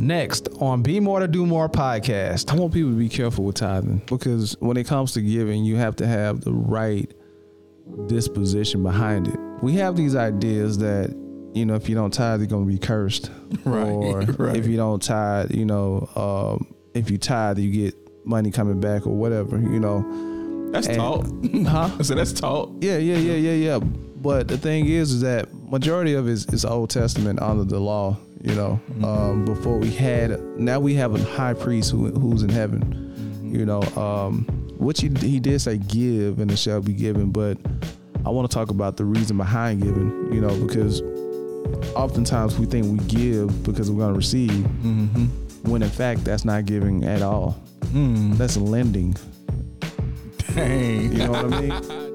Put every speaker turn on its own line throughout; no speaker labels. Next on Be More to Do More podcast.
I want people to be careful with tithing because when it comes to giving, you have to have the right disposition behind it. We have these ideas that, you know, if you don't tithe, you're going to be cursed.
Right,
Or
right.
if you don't tithe, you know, um, if you tithe, you get money coming back or whatever, you know.
That's
And-
taught.
Huh?
I said that's taught.
Yeah, yeah, yeah, yeah, yeah. But the thing is, is that majority of it is, is Old Testament under the law. You know, um, before we had, now we have a high priest who, who's in heaven. You know, um, what you, he did say, give and it shall be given. But I want to talk about the reason behind giving. You know, because oftentimes we think we give because we're going to receive,
Mm-hmm.
when in fact that's not giving at all.
Mm-hmm.
That's lending.
Dang.
You know what I mean?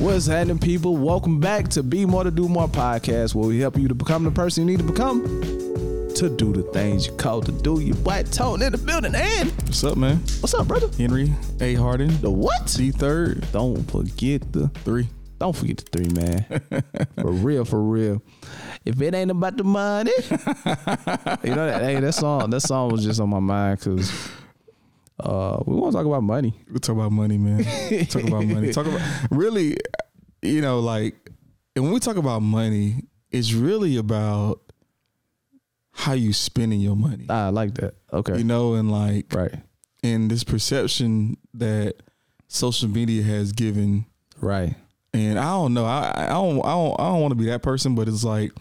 What's happening, people? Welcome back to Be More to Do More podcast, where we help you to become the person you need to become, to do the things you called to do. You black tone in the building, and
What's up, man?
what's up, brother?
Henry A. Harden,
The what?
D third,
Don't forget the
three.
don't forget the three, man. for real, for real. If it ain't about the money, you know that. Hey, that song, that song was just on my mind because uh, we want to talk about money.
We talk about money, man. talk about money. Talk about really, you know, like, and when we talk about money, it's really about how you spending your money.
Ah, I like that. Okay.
You know, and like,
right.
and this perception that social media has given
Right.
and I don't know. I I I don't I don't, I don't want to be that person, but it's like,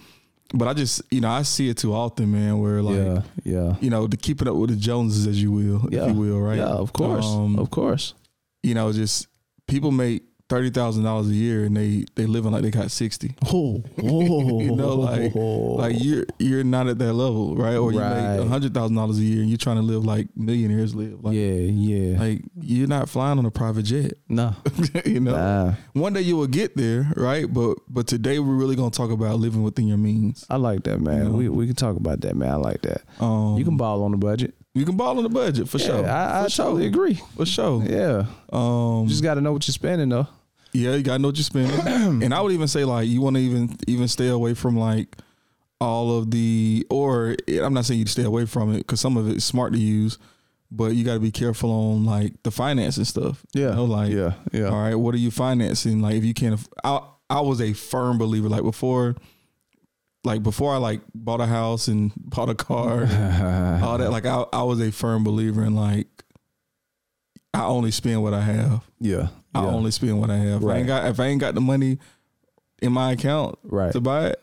but I just you know I see it too often, man. Where like
yeah. Yeah.
you know the keeping up with the Joneses, as you will,
Yeah.
if you will, right?
Yeah. Of course.
Um,
of course.
you know, just people make thirty thousand dollars a year and they they living like they got sixty.
Oh. oh
You know, like like you're you're not at that level, right? Or you
Right.
make hundred thousand dollars a year and you're trying to live like millionaires live. Like,
yeah. Yeah.
Like you're not flying on a private jet,
no.
you know.
Nah.
One day you will get there, right? But but today we're really gonna talk about living within your means.
I like that, man.
You know.
We we can talk about that, man. I like that.
Um,
You can ball on the budget.
you can ball on the budget for sure.
I, I
for
totally
sure.
agree.
For sure.
Yeah.
Um,
You just got to know what you're spending, though.
yeah, you gotta know what you're spending. and I would even say like you want to even even stay away from like all of the or I'm not saying you stay away from it because some of it's smart to use, but you got to be careful on like the finance and stuff. You know, like
yeah. Yeah.
All right, what are you financing? Like, if you can't, aff- I I was a firm believer. Like before, like before I like bought a house and bought a car, all that. Like I I was a firm believer in like I only spend what I have.
Yeah.
I
yeah.
only spend what I have. If I
Right.
ain't got if I ain't got the money in my account
right.
to buy it,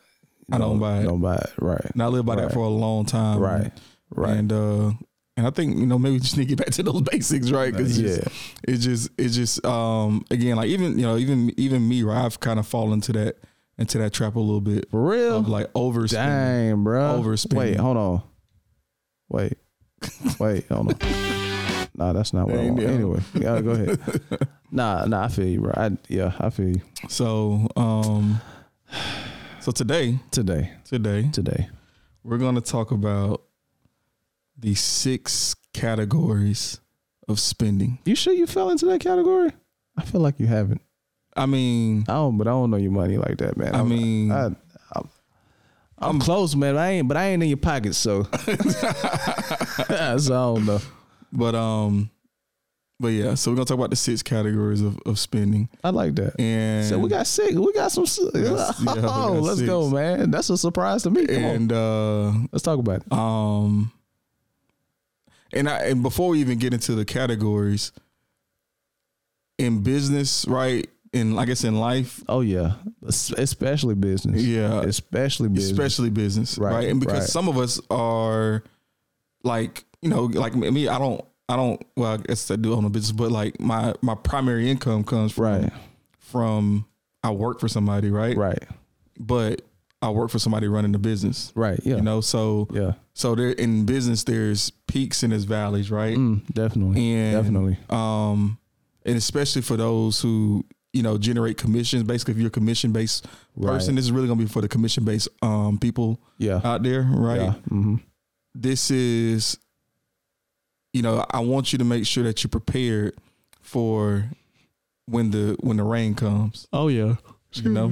I don't buy it. Um,
Don't buy it. Right.
And I lived by
Right.
that for a long time.
Right. Right.
And uh, and I think you know maybe we just need to get back to those basics, right? Because
yeah.
it's just it's just um again like even you know even even me right I've kind of fallen into that into that trap a little bit
For real.
of like overspending.
Dang, bro.
Overspending.
Wait, hold on. Wait. Wait, hold on. nah, that's not what I
Ain't
want.
it?
Anyway, yeah, go ahead. nah, nah, I feel you, bro. I, yeah, I feel you.
So um so today
Today,
today
today.
we're going to talk about the six categories of spending.
You sure you fell into that category? I feel like you haven't.
I mean
I don't, but I don't know your money like that, man.
I
I'm-
mean
I, I'm, I'm close, man. But I ain't, but I ain't in your pocket, so. so I don't know.
but um but yeah so we're going to talk about the six categories of of spending
I like that.
and
so we got sick. We got some.
Yes, yeah, we got
oh, let's go,
six.
man. That's a surprise to me. Come on.
and uh
Let's talk about it.
Um, and I and before we even get into the categories in business, right? In like I guess in life,
Oh yeah, Es- especially business.
yeah,
especially business.
especially business,
Right,
right? And because
right.
some of us are like you know, like me, I don't, I don't. Well, I guess I do own a business, but like my my primary income comes from
right,
from I work for somebody, right?
right,
But I work for somebody running the business,
right. Yeah,
you know. So
yeah,
so there in business, there's peaks and there's valleys, right?
mm, definitely,
and
definitely.
um and especially for those who you know generate commissions basically if you're a commission based person
Right.
this is really going to be for the commission based um people
Yeah,
out there right
yeah. hmm
this is you know i want you to make sure that you're prepared for when the when the rain comes
Oh yeah.
you know.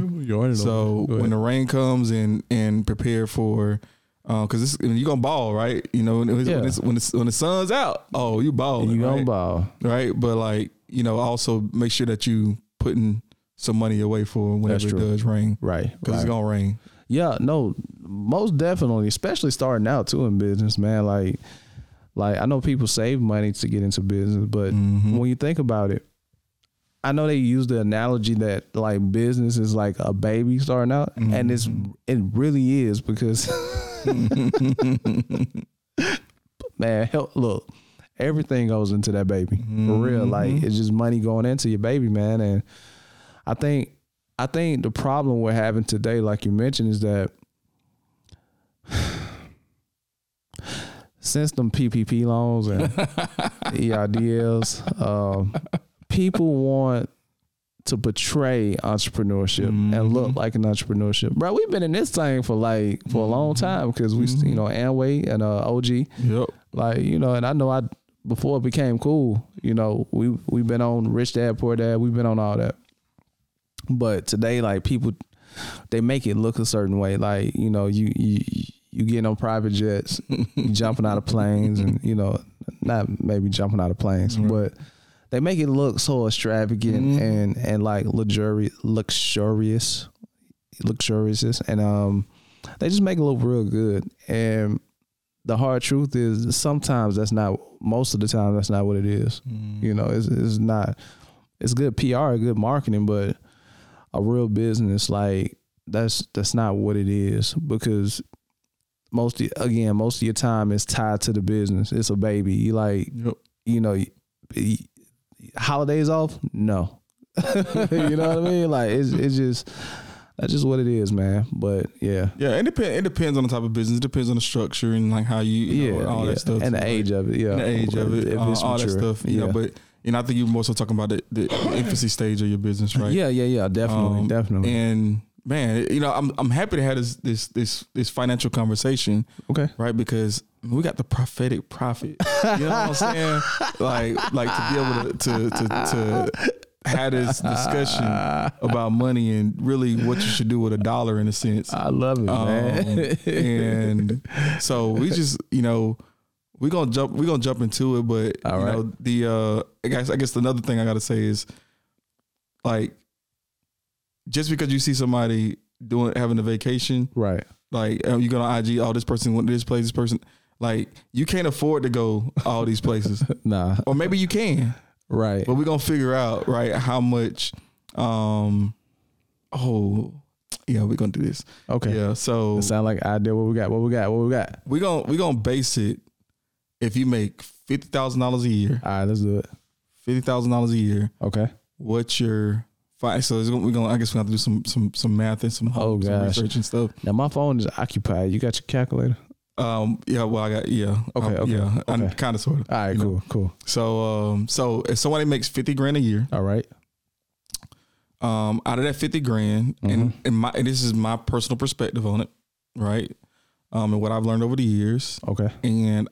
So when the rain comes and and prepare for, because uh, you gonna ball right, you know when it's,
Yeah.
when, it's, when, it's, when the sun's out, oh you ball,
you
right?
gonna ball.
right? But like you know, also make sure that you putting some money away for
That's
whenever it
true.
does rain,
Right.
because it's
right.
gonna rain.
Yeah, no, most definitely, especially starting out too in business, man. Like, like I know people save money to get into business, but
Mhm.
when you think about it, I know they use the analogy that like business is like a baby starting out, and it's it really is because man, hell, look, everything goes into that baby for real. Like it's just money going into your baby, man. And I think I think the problem we're having today, like you mentioned, is that since them PPP loans and E EIDLs, um, people want to betray entrepreneurship and look like an entrepreneurship. Bro, we've been in this thing for like for a long time because we, you know, Amway and uh, OG
Yep.
like you know and i know i before it became cool you know we we've been on rich dad poor dad we've been on all that but today like people they make it look a certain way like you know you you you getting on private jets you jumping out of planes and you know not maybe jumping out of planes but they make it look so extravagant and and like luxurious luxurious luxurious and um they just make it look real good and the hard truth is sometimes that's not most of the time that's not what it is. You know, it's it's not it's good PR, good marketing, but a real business like that's that's not what it is because most of, again most of your time is tied to the business. It's a baby. You like
Yep.
you know y- y- holidays off? No, you know what I mean. Like it's it's just that's just what it is, man. But yeah,
Yeah, it depends. It depends on the type of business. It depends on the structure and like how you, you know,
yeah,
all
yeah.
that stuff
and the
Like,
age of it, yeah,
and the age of it,
If
uh,
it's
all that
mature.
stuff. You
yeah,
know, but you know, I think you're more so talking about the, the infancy stage of your business, right?
yeah, yeah, yeah, definitely,
Um,
definitely.
And man, you know, I'm I'm happy to have this this this this financial conversation,
Okay,
right? Because we got the prophetic prophet. You know what I'm saying? like like to be able to to to, to have this discussion about money and really what you should do with a dollar in a sense.
I love it,
Um,
man.
and so we just, you know, we gonna jump, we gonna jump into it. But
All
you
right.
know, the uh, I guess I guess another thing I gotta say is, like, just because you see somebody doing having a vacation,
right,
like uh, you go on IG, oh, this person went to this place, this person, like you can't afford to go all these places,
nah,
or maybe you can,
right.
but we gonna figure out right how much, um, oh. Yeah, we're gonna do this.
Okay,
Yeah, so
it sound like I did what we got, what we got, what we got.
we gon' we gonna base it if you make fifty thousand dollars a year,
All right, let's do it.
fifty thousand dollars a year.
Okay,
What's your five? So it's gonna, we gonna I guess we have to do some some some math and some,
Oh,
some
gosh.
research and stuff.
now my phone is occupied. You got your calculator?
Um, yeah, well, I got yeah,
Okay,
Um,
okay,
yeah, I'm
okay.
kind of sort of.
All right,
You know.
cool, cool.
So um, so if somebody makes fifty grand a year,
All right,
um, out of that fifty grand,
Mm-hmm.
and and my and this is my personal perspective on it, right? Um, and what I've learned over the years,
okay,
and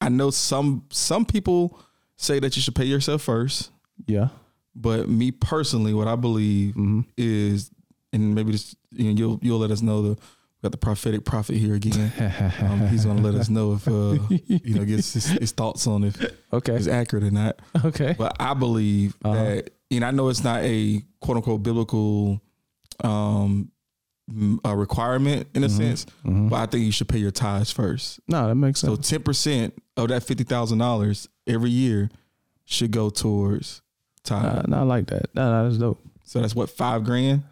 I know some some people say that you should pay yourself first.
yeah, mm-hmm.
But me personally, what I believe is, and maybe this, you know, you'll you'll let us know the we got the prophetic prophet here again. Um, he's gonna let us know if uh, you know gets his, his thoughts on if
okay,
it's accurate or not.
okay,
But I believe
Uh-huh.
that, and I know it's not a quote unquote biblical um, m- a requirement in a
Mm-hmm.
sense, but I think you should pay your tithes first.
no, that makes
So
sense.
ten percent of that fifty thousand dollars every year should go towards tithes.
Nah, nah, I like that. Nah, nah, that's dope.
So that's what five grand,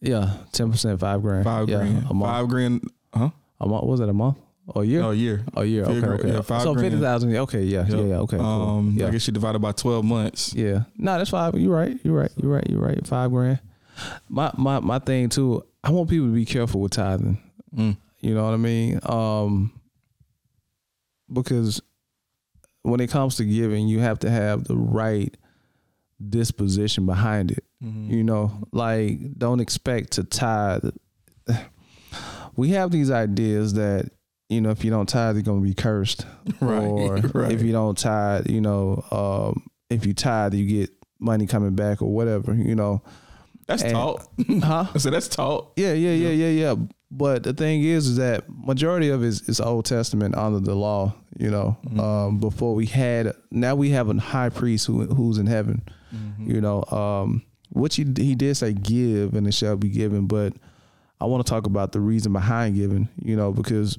Yeah, ten percent, five grand,
five
yeah,
grand,
a month.
five grand, huh?
A month? Was it a month or a year?
No, a year.
Oh yeah,
Fifty
okay,
gra-
okay.
yeah, five
so
grand.
fifty thousand. Okay, yeah, yeah, yeah. Okay, cool.
Um,
yeah,
I guess you divide it by twelve months.
yeah. No, that's five. You're right. You're right. You're right. You're right. Five grand. My my my thing too. I want people to be careful with tithing.
Mm.
You know what I mean? Um, because when it comes to giving, you have to have the right disposition behind it.
Mm-hmm.
You know, like don't expect to tithe. We have these ideas that you know if you don't tithe, you're gonna be cursed,
Right,
or
right.
if you don't tithe, you know, um, if you tithe, you get money coming back or whatever. You know,
That's
And-
taught.
Huh?
I said that's taught.
Yeah, yeah, yeah, yeah, yeah. But the thing is, is that majority of it is, is Old Testament under the law. You know, um, before we had now we have a high priest who who's in heaven. You know, um, which he he did say give and it shall be given. But I want to talk about the reason behind giving. You know, because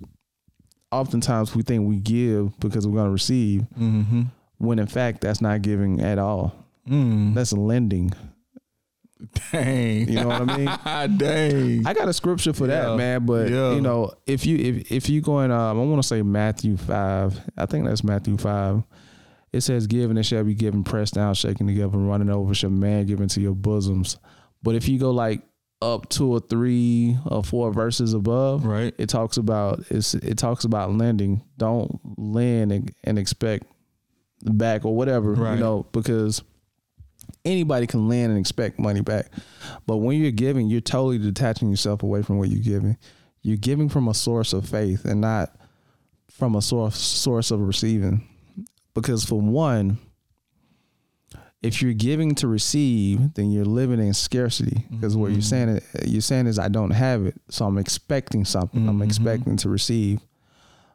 oftentimes we think we give because we're going to receive,
Mm-hmm.
when in fact that's not giving at all.
Mm.
That's lending.
Dang.
You know what I mean?
Dang.
I got a scripture for
Yeah.
that, man. But
Yeah.
you know, if you if if you going, um, I want to say Matthew five. I think that's Matthew five. It says, "Give and it shall be given, pressed down, shaken together, and running over, shall man give into your bosoms." But if you go like up two or three or four verses above,
right.
it talks about it's, it talks about lending. Don't lend and, and expect back or whatever,
Right.
you know, because anybody can lend and expect money back. But when you're giving, you're totally detaching yourself away from what you're giving. You're giving from a source of faith and not from a source source of receiving. Because for one, if you're giving to receive, then you're living in scarcity. Because what you're
Mhm.
saying, uh, you're saying is, I don't have it, so I'm expecting something. I'm
Mhm.
expecting to receive.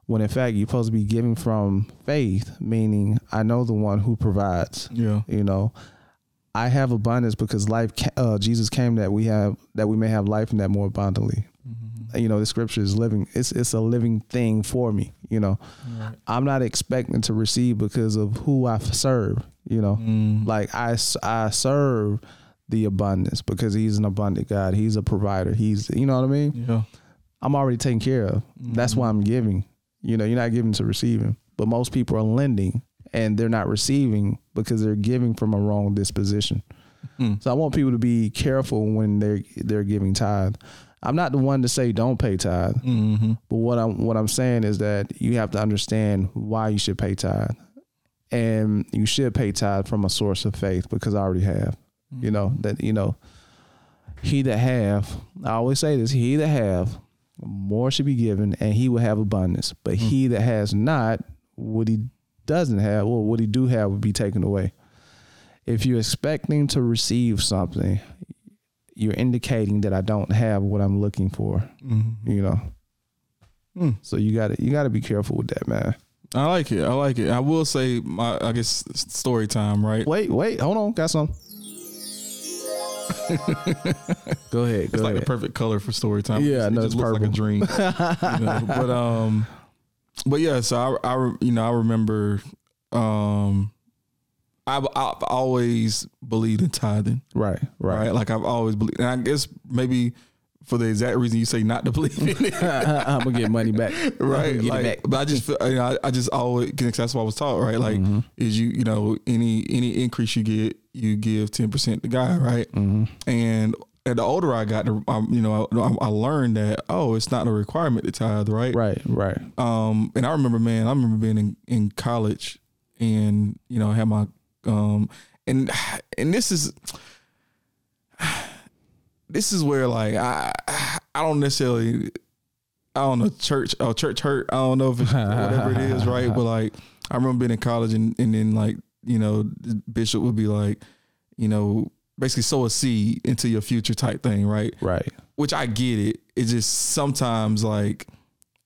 When in fact, you're supposed to be giving from faith, meaning I know the one who provides.
Yeah.
You know, I have abundance because life. Ca- uh, Jesus came that we have that we may have life and that more abundantly. You know, the scripture is living. It's it's a living thing for me. You know,
Right.
I'm not expecting to receive because of who I serve. You know,
Mm.
like I, s- I serve the abundance because he's an abundant God. He's a provider. He's, you know what I mean?
Yeah. Mm-hmm.
I'm already taken care of. That's why I'm giving. You know, you're not giving to receiving, but most people are lending and they're not receiving because they're giving from a wrong disposition.
Mm.
So I want people to be careful when they're they're giving tithe. I'm not the one to say don't pay tithe.
Mm-hmm.
But what I'm what I'm saying is that you have to understand why you should pay tithe, and you should pay tithe from a source of faith because I already have. You know that you know. He that have, I always say this: he that have more should be given, and he will have abundance. But he that has not, what he doesn't have, or what he do have, will be taken away. If you're expecting to receive something, you're indicating that I don't have what I'm looking for.
Mm-hmm.
You know.
Mm.
So you got to you got to be careful with that, man.
I like it. I like it. I will say my I guess s- story time, right?
Wait, wait, hold on, got some. go ahead, go
It's like
ahead.
the perfect color for story time.
Yeah,
it
no, it's
just looks like a
purple.
dream. you know? But um, but yeah. So I, I, re- you know, I remember. Um, I've, I've always believed in tithing,
right,
right?
right.
Like I've always believed, and I guess maybe for the exact reason you say not to believe in it,
I'm gonna get money back.
right?
Get it
Like,
back.
but I just, feel, you know, I, I just always because that's what I was taught, right? Like,
Mm-hmm.
is you, you know, any any increase you get, you give ten percent to God, right?
Mm-hmm.
And and the older I got, the- um, you know, I, I learned that oh, it's not a requirement to tithe, right?
Right, right.
Um, and I remember, man, I remember being in, in college, and you know, I had my um, and and this is this is where like I I don't necessarily I don't know church oh church hurt I don't know if it's whatever it is right but like I remember being in college and and then like you know the bishop would be like you know basically sow a seed into your future type thing right
Right.
which I get it. It's just sometimes like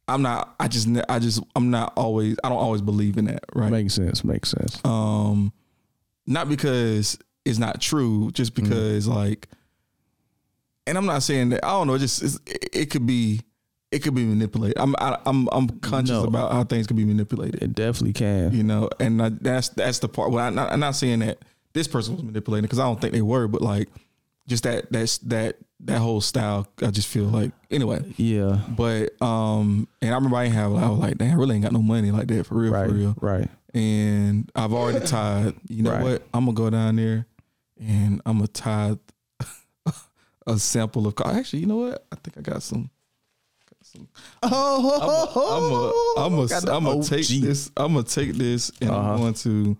I'm not. I just. ne- I just. I'm not always. I don't always believe in that. Right.
Makes sense. Makes sense.
um, not because it's not true, just because like. And I'm not saying that. I don't know. It just it's, it, it could be. It could be manipulated. I'm. I, I'm. I'm conscious
No.
about how things could be manipulated.
It definitely can.
You know, and I, that's that's the part. Well, I'm not, I'm not saying that this person was manipulating because I don't think they were, but like, just that that's that that whole style. I just feel like anyway.
Yeah.
But um, and I remember I ain't have. I was like, damn, I really ain't got no money like that for real,
Right.
for real.
Right.
And I've already tied. You know
Right.
what? I'm gonna go down there, and I'm gonna tie a sample of. co- Actually, you know what? I think I got some.
Oh,
I'm gonna I'm gonna take this. I'm gonna take this, and I'm
Uh-huh.
going to.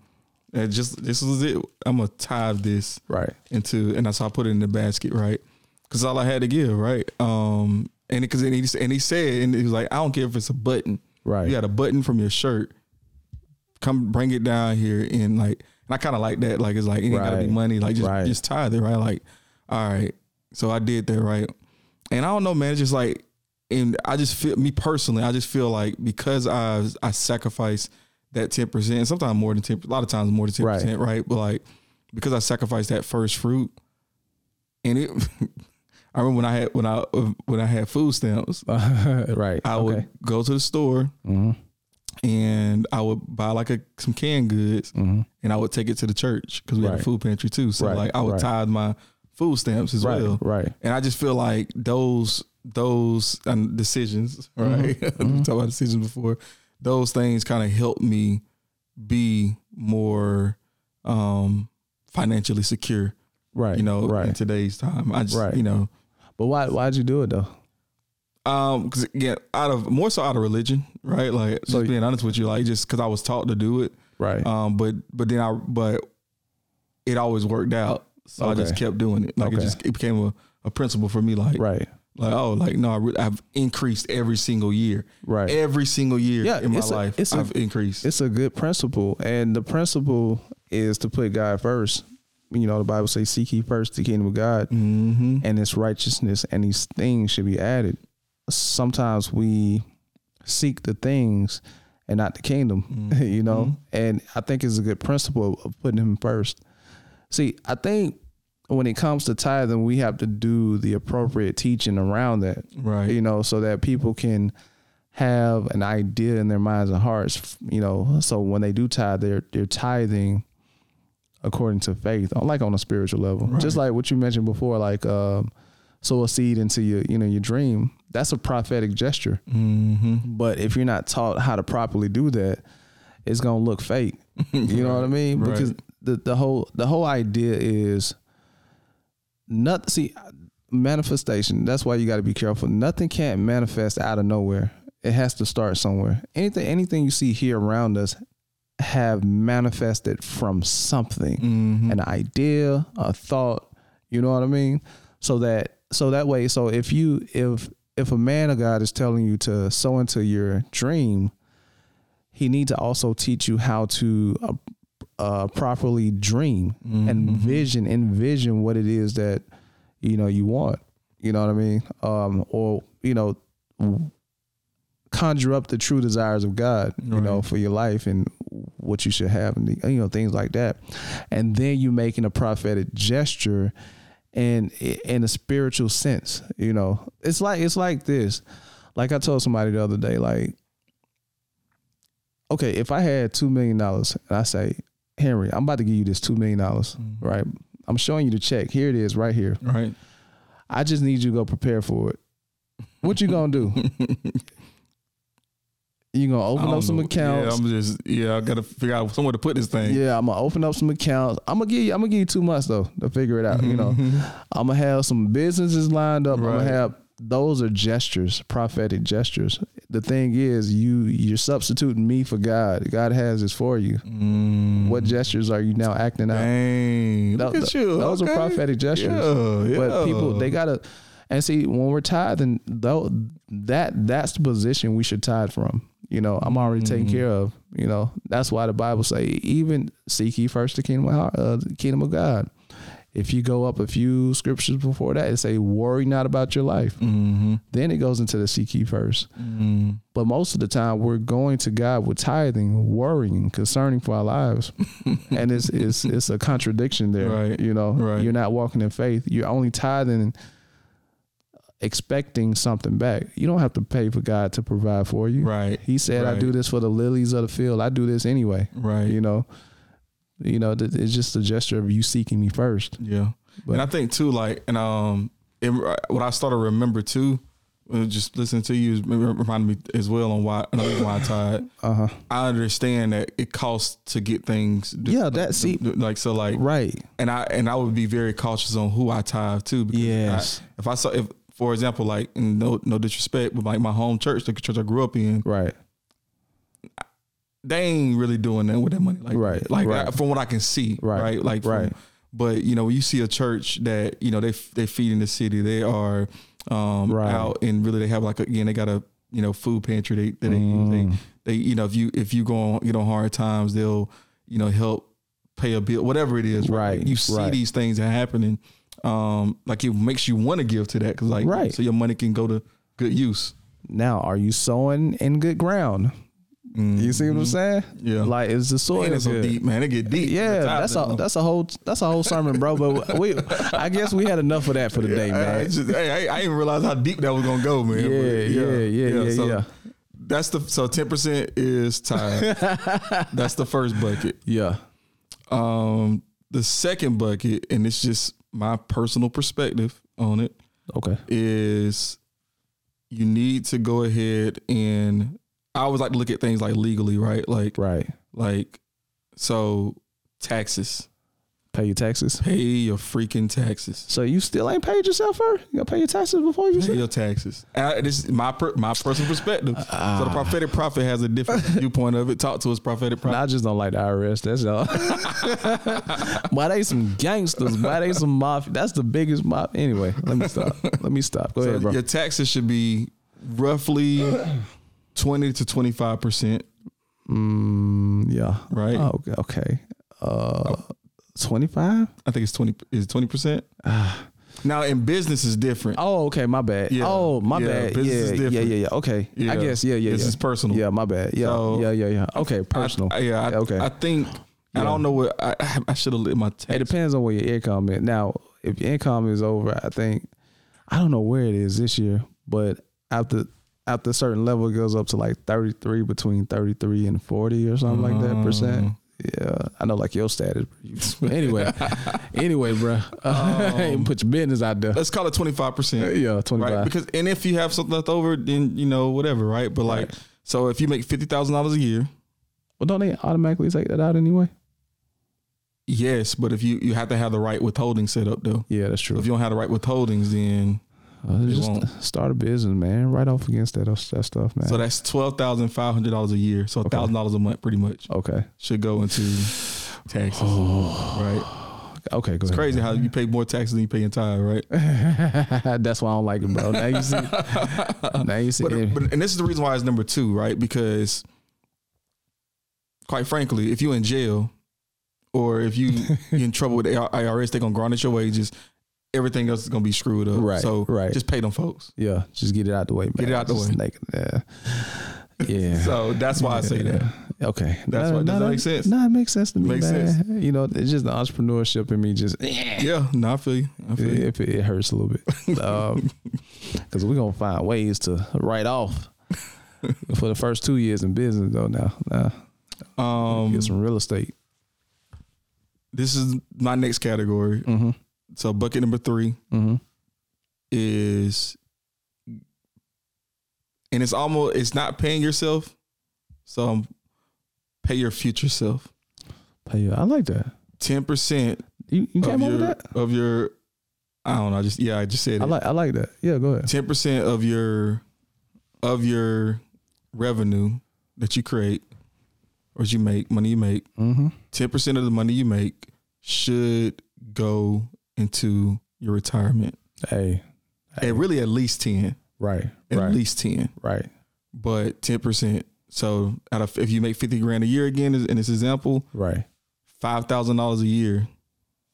And just this was it. I'm gonna tie this
Right.
into and that's how I put it in the basket, right? Because all I had to give, right? Um, and because and he and he said and he was like, I don't care if it's a button,
Right.
You got a button from your shirt. Come bring it down here and like, and I kind of like that. Like it's like it ain't gotta be
Right.
money. Like just
Right.
just tithe it, right? Like all right, so I did that right, and I don't know, man. It's just like, and I just feel me personally. I just feel like because I I sacrificed that ten percent, sometimes more than ten, a lot of times more than ten
Right.
percent, right? But like because I sacrificed that first fruit, and it. I remember when I had when I when I had food stamps,
right.
I
okay.
would go to the store
Mhm.
and I would buy like a some canned goods
Mhm.
and I would take it to the church because we had
Right.
a food pantry too. So
Right,
like I would
right.
tithe my food stamps as
Right.
well.
Right.
And I just feel like those those um, decisions,
Mm-hmm.
right? we talked about decisions before. Those things kind of helped me be more um financially secure,
Right.
you know, in
Right.
today's time. I just
Right.
you know,
But why? Why'd you do it though?
Um, cause yeah, out of more so out of religion, right? Like
So-
just being honest with you, like just because I was taught to do it.
Right.
Um, but but then I but it always worked out, so I just
Okay.
kept doing it. Like
Okay.
it just it became a, a principle for me. Like
right.
like oh like no, I re- I've increased every single year,
Right.
every single year
Yeah,
in my
it's a-
life.
it's a-
I've increased.
It's a good principle, and the principle is to put God first. You know, the Bible says, "Seek ye first the kingdom of God
mm-hmm.
and its righteousness, and these things should be added." Sometimes we seek the things and not the kingdom.
Mm-hmm.
you know, and I think it's a good principle of putting Him first. See, I think when it comes to tithing, we have to do the appropriate teaching around that
Right.
you know, so that people can have an idea in their minds and hearts, f- you know, so when they do tithe, they're they're tithing according to faith, uh, like on a spiritual level, just like what you mentioned before, like um, sow a seed into your, you know, your dream. That's a prophetic gesture,
Mm-hmm.
but if you're not taught how to properly do that, it's gonna look fake. You know what I mean?
Right.
Because the the whole the whole idea is not see manifestation. That's why you got to be careful. Nothing can't manifest out of nowhere. It has to start somewhere. Anything anything you see here around us have manifested from something,
Mm-hmm.
an idea, a thought. You know what I mean? So that so that way. So if you if if a man of God is telling you to sow into your dream, he need to also teach you how to uh, uh, properly dream
Mm-hmm.
and vision envision what it is that you know you want you know what i mean um or you know conjure up the true desires of god you know for your life and what you should have and you know things like that and then you making a prophetic gesture and in a spiritual sense you know it's like it's like this like i told somebody the other day like okay, if I had two million dollars and I say, Henry, I'm about to give you this two million dollars,
Mm-hmm.
right? I'm showing you the check. Here it is, right here.
Right.
I just need you to go prepare for it. What you gonna do? you gonna
I
open
don't
up some
know.
accounts?
Yeah, I'm just yeah. I gotta figure out somewhere to put this thing.
Yeah, I'm gonna open up some accounts. I'm gonna give you. I'm gonna give you two months though to figure it out. You know, I'm gonna have some businesses lined up. I'm
Mm-hmm. Right.
gonna have those are gestures, prophetic gestures. The thing is, you you're substituting me for God. God has this for you.
Mm.
What gestures are you now acting out?
Dang, look
Tho-
at
tho-
you.
Those
okay.
are prophetic gestures.
Yeah, yeah.
But people, they gotta, and see when we're tithing, though that that's the position we should tithe from. You know, I'm already taken care of. You know, that's why the Bible say even seek ye first the kingdom of, uh, the kingdom of God. If you go up a few scriptures before that, it say worry not about your life.
Mm-hmm.
Then it goes into the seek ye first. But most of the time, we're going to God with tithing, worrying, concerning for our lives, and it's it's it's a contradiction there.
Right.
You know,
Right.
you're not walking in faith. You're only tithing, expecting something back. You don't have to pay for God to provide for you.
Right,
He said, "I
Right.
do this for the lilies of the field. I do this anyway."
right.
You know, you know, th- it's just a gesture of you seeking me first.
Yeah,
But-
and I think too, like, and um, it, what I started to remember too, uh, just listening to you is- reminded me as well on why another reason why I tied.
Uh huh.
I understand that it costs to get things. d-
Yeah, that- see-
d- like so, like,
Right.
and I and I would be very cautious on who I tithe to. Because
Yes.
I, if I saw if. For example, like and no no disrespect, but like my home church, the church I grew up in,
Right.
they ain't really doing that with that money. Like,
Right,
Like
right.
I- from what I can see.
Right,
Right. Like, from-
right.
But you know, when you see a church that you know they they feed in the city, they are um,
Right.
out and really they have like again they got a you know food pantry they that they
Mm.
use. They, they you know if you if you go on you know hard times they'll you know help pay a bill whatever it is.
Right,
Like, you see
right.
these things are happening um, like it makes you want to give to that because like
Right.
so your money can go to good use.
Now, are you sowing in good ground? You see what I'm saying?
Mm-hmm. Yeah.
Like, is the soil
Man, it's so
good?
deep, man. It get deep.
Yeah,
Sometimes
that's
it
a
don't.
that's a whole that's a whole sermon, bro. But we, I guess we had enough of that for today,
I, I
man.
just, hey, I, I didn't realize how deep that was gonna go, man.
Yeah, yeah, yeah, yeah,
so
yeah.
That's the so ten percent is time. that's the first bucket.
Yeah,
Um, the second bucket, and it's just my personal perspective on it,
okay,
is you need to go ahead and I always like to look at things like legally, right? Like,
right.
like, so taxes,
Pay your taxes.
pay your freaking taxes.
So you still ain't paid yourself, first? You gotta pay your taxes before you.
Pay your taxes. Uh, this is my per, my personal perspective. so
Ah.
the prophetic prophet has a different viewpoint of it. Talk to us, prophetic prophet.
I just don't like the IRS. That's all. but they some gangsters. But they some mafia. That's the biggest mob. Anyway, let me stop. Let me stop. Go ahead, bro.
Your taxes should be roughly twenty to twenty five percent,
Mm, yeah.
right?
Oh, okay. okay. Uh, twenty five.
I think it's twenty. Is twenty percent? Now in business is different.
Ah. Oh, okay. My bad.
Yeah.
Oh, my
Yeah,
bad.
business is
Yeah,
different.
yeah, yeah, yeah. Okay.
Yeah.
I guess. Yeah, yeah.
This
yeah.
is personal.
Yeah, my bad. Yeah,
So-
yeah, yeah, yeah. Okay, personal.
I, yeah. I,
Okay.
I think I don't know what I I should have lit my
it
tax.
depends on what your income is. Now, if your income is over, I think I don't know where it is this year, but after after a certain level, it goes up to like thirty three, between thirty three and forty or something like that
Mm.
percent. Yeah, I know, like your status. But anyway, anyway, bro, put your business out there.
Let's call it twenty five percent.
Yeah, twenty
Um, Right.
five.
Because and if you have something left over, then you know whatever. Right. But like, so if you make fifty thousand dollars a year,
Well, don't they automatically take that out anyway?
yes. But if you you have to have the right withholding set up though.
Yeah, that's
If
true.
you don't have the right withholdings, then
Uh,
it
just
won't.
start a business, man. Right off against that that stuff, man.
so that's twelve thousand five hundred dollars a year. So
Okay.
thousand dollars a month, pretty much,
okay.
should go into taxes. right.
Oh, Okay, go
Oh. It's
ahead.
crazy how you pay more taxes than you pay in time. Right.
That's why I don't like it, bro. Now you see. now you see.
But, but and this is the reason why it's number two, right? Because quite frankly, if you in jail or if you you in trouble with the IRS, they're gonna garnish your wages. Everything else is gonna be screwed up.
Right,
So
right.
just pay them folks.
yeah, just get it out the way, man.
Get it out the
Just
way.
like, yeah. Yeah.
So that's why I say that.
okay.
That's why- does that make sense?
No, it makes sense to me.
Makes
man. You know, it's just the entrepreneurship in me just
Yeah, no, I feel you. I feel you.
if it, it hurts a little bit. uh, Because we're going to find ways to write off for the first two years in business, though. Now, now
Um
get some real estate.
this is my next category.
Mm-hmm.
So bucket number three
Mm-hmm.
is and it's almost it's not paying yourself. So um, pay your future self.
Hey, yeah, I like that.
Ten percent
You, you
of
came up
your
with that?
of your I don't know, I just yeah, I just said
I
it.
like I like that. Yeah, go ahead.
Ten percent of your of your revenue that you create or that you make, money you make,
Mm-hmm.
ten percent of the money you make should go into your retirement.
Hey,
And really at least ten.
right,
At
right,
least ten.
right.
But ten percent so out of if you make fifty grand a year again in this example,
Right.
five thousand dollars a year,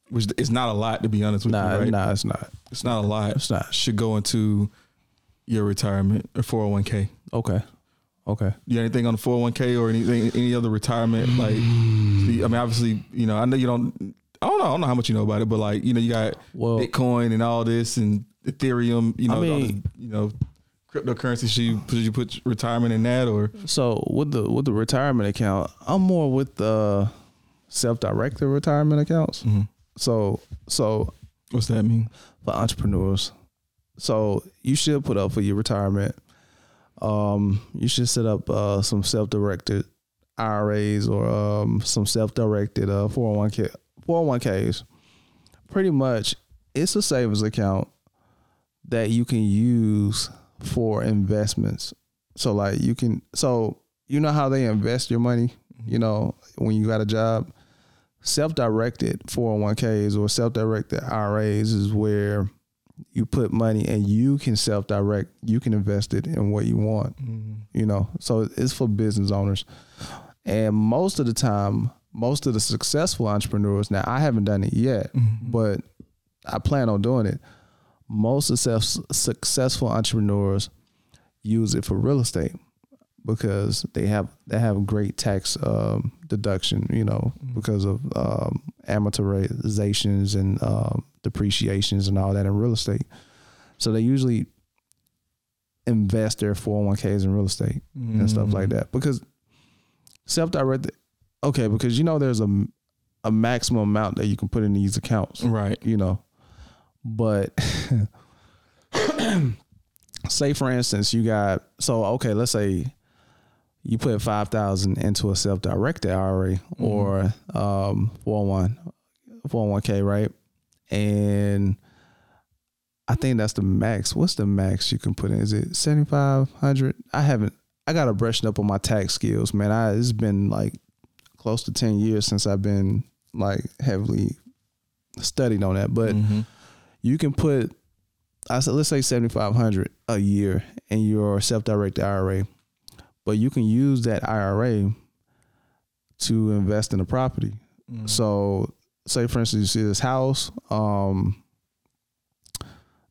which is not a lot to be honest with
Nah,
you, right?
nah, it's not.
It's not a lot.
It's not.
should go into your retirement oh or 401k.
Okay. Okay.
You got anything on the 401k or anything, any other retirement? Like, the- I mean, obviously, you know, I know you don't, I don't know, I don't know how much you know about it, but like, you know, you got
Well,
Bitcoin and all this and Ethereum, you
I
know, all this,
mean-
you know, cryptocurrency. Should you, should you put retirement in that or?
so with the with the retirement account, I'm more with the self-directed retirement accounts. So so
What's that mean?
for entrepreneurs. So you should put up for your retirement. Um, you should set up uh, some self-directed IRAs or um, some self-directed uh, 401k 401ks. Pretty much, it's a savings account that you can use for investments. So like you can so you know how they invest your money, you know, when you got a job self-directed 401ks or self-directed IRAs is where you put money and you can self-direct, you can invest it in what you want, you know. So it's for business owners. And most of the time, most of the successful entrepreneurs, now I haven't done it yet, but I plan on doing it. Most success, successful entrepreneurs use it for real estate because they have they have great tax um, deduction, you know, because of um, amortizations and um, depreciations and all that in real estate. So they usually invest their 401ks in real estate
Mm-hmm.
and stuff like that because self-directed okay because you know there's a a maximum amount that you can put in these accounts
Right.
you know but say for instance you got so okay let's say you put 5000 into a self-directed IRA or um 401 401k right and I think that's the max. What's the max you can put in? Is it seventy five hundred? I haven't. I got to brushing up on my tax skills, man. I it's been like close to ten years since I've been like heavily studied on that. But
Mhm.
you can put, I said, let's say seventy five hundred a year in your self directed IRA, but you can use that IRA to invest in a property.
Mhm.
So, say for instance, you see this house. Um,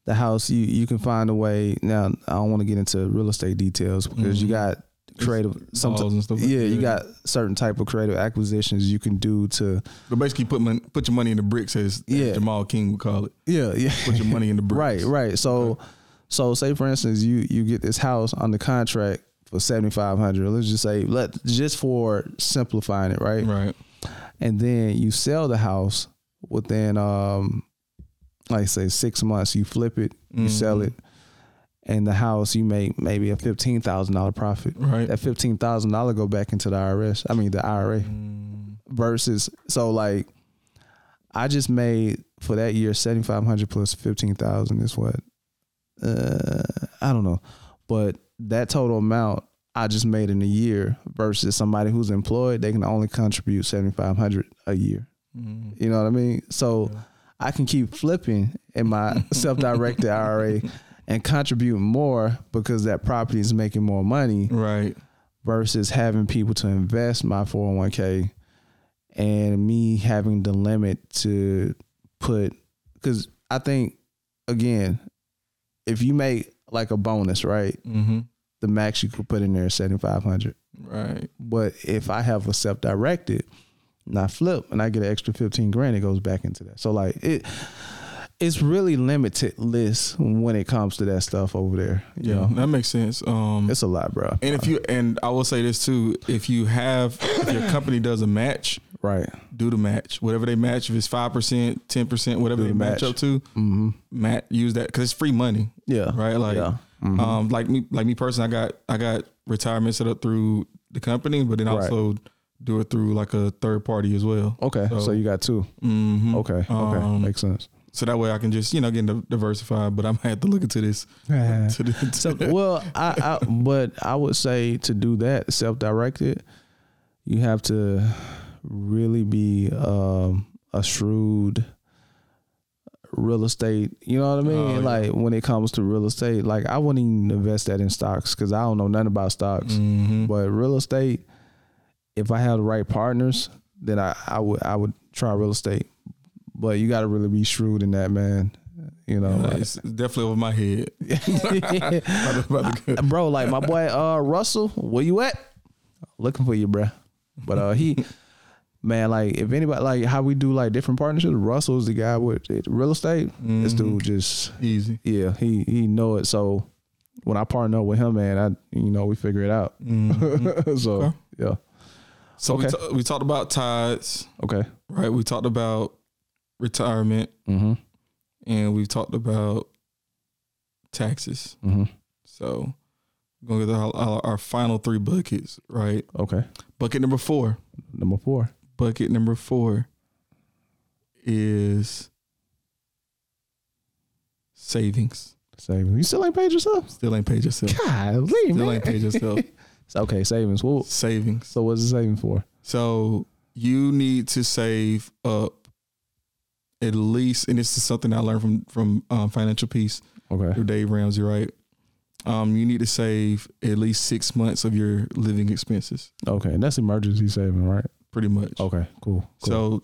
the house you you can find a way. Now, I don't want to get into real estate details because you
Mhm.
got creative. Some
Dolls and stuff like
yeah,
that.
you got certain type of creative acquisitions you can do to
So basically, put mon- put your money in the bricks, as, as
Yeah.
Jamal King would call it.
yeah yeah
Put your money in the
right
bricks.
right. So so say for instance you you get this house under contract for seventy five hundred. Let's just say let just for simplifying it right.
Right.
and then you sell the house within um like say six months you flip it you sell
Mhm.
it and the house you make maybe a $15000 profit
Mm-hmm. Right.
that $15000 go back into the irs i mean the ira
Mm.
versus so like i just made for that year 7500 plus 15000 is what uh i don't know but that total amount i just made in a year versus somebody who's employed they can only contribute 7500 a year
Mm.
you know what I mean? So I can keep flipping in my self directed IRA and contribute more because that property is making more money
Right.
versus having people to invest my 401k and me having the limit to put because I think again, if you make like a bonus, right?
Mm-hmm.
The max you could put in there is seventy five hundred.
Right.
But if I have a self directed and I flip and I get an extra 15 grand, it goes back into that. So like it it's really limited list when it comes to that stuff over there. You know?
Yeah, that makes sense. Um,
It's a lot, bro.
and if you and I will say this too, if you have if your company does a match,
Right.
do the match. Whatever they match, if it's five percent, ten percent, whatever
Do
they
the
match.
match.
up to,
hmm
Matt use that because it's free money,
Yeah.
right? Like,
yeah. Mhm.
um, like me, like me personally, I got I got retirement set up through the company, but then
Right.
also do it through like a third party as well.
okay. So,
so-
you got two.
Mm-hmm.
Okay. Okay.
Um,
Makes sense.
So that way I can just you know get di- diversified, but I might have to look into this. To the, to
So, well, I, I but I would say to do that self directed, you have to really be um, a shrewd real estate. You know what I mean?
Oh, yeah.
Like when it comes to real estate, like I wouldn't even invest that in stocks because I don't know nothing about stocks.
Mhm.
But real estate, if I had the right partners, then I, I would I would try real estate. But you got to really be shrewd in that, man. You know,
Yeah,
like-
uh, it's definitely over my head. About to- about to go.
bro, like my boy uh Russell, where you at? Looking for you, bruh. But uh he man, like if anybody like how we do like different partnerships, Russell's the guy with it- real estate. This dude just
Easy.
yeah, he he know it. So when I partner up with him, man, I you know, we figure it out. so
Okay.
yeah.
So we,
Mm-hmm. Okay.
ta- we talked about tides,
Okay.
right? We talked about retirement,
Mm-hmm.
and we've talked about taxes.
Mm-hmm.
So we're gonna get our, our, our final three buckets, right?
Okay.
Bucket number four.
Number four.
Bucket number four is savings.
Savings. You still ain't paid yourself?
Still ain't paid yourself.
God,
Still ain't paid yourself.
Okay, savings. Well,
savings.
so what's the saving for?
So you need to save up at least, and this is something I learned from from um, Financial Peace
Okay.
through Dave Ramsey, right? Um, you need to save at least six months of your living expenses,
Okay. That's emergency saving, right?
pretty much.
Okay, cool. cool.
So,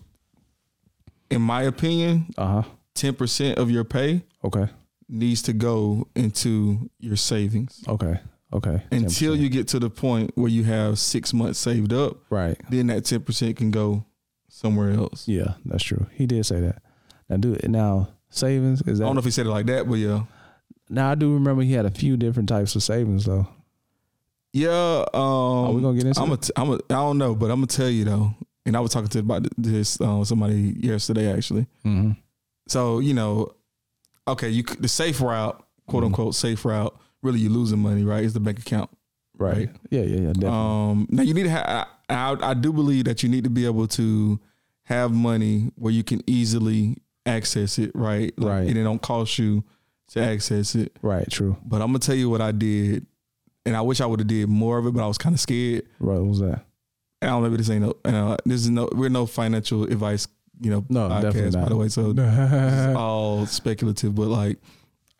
in my opinion,
uh huh.
ten percent of your pay
Okay.
needs to go into your savings
Okay. Okay.
until
10%.
you get to the point where you have six months saved up.
Right.
Then that ten percent can go somewhere else.
Yeah, that's true. He did say that. Now do it now. Savings is
I don't
that
know if he said it like that, but yeah,
now I do remember he had a few different types of savings though.
yeah. Um,
Are we gonna get into
I'm a,
it?
t- I'm a, I don't know, but I'm gonna tell you though. And I was talking to about this uh, somebody yesterday actually.
Mm-hmm.
So you know, okay, you c- the safe route, quote
Mhm.
unquote safe route. Really, you're losing money, right? Is the bank account.
Mm-hmm. Right.
Right.
Yeah, yeah, yeah. Definitely.
Um, now you need to have. I, I, I do believe that you need to be able to have money where you can easily access it, right? Like,
Right.
And it don't cost you to access it.
right, true.
But I'm gonna tell you what I did, and I wish I would have did more of it, but I was kind of scared.
Right, what was that?
I don't know if this ain't no. Uh, this is no. We're no financial advice. You know,
No, definitely
By
not.
the way, so this is uh, all speculative. But like,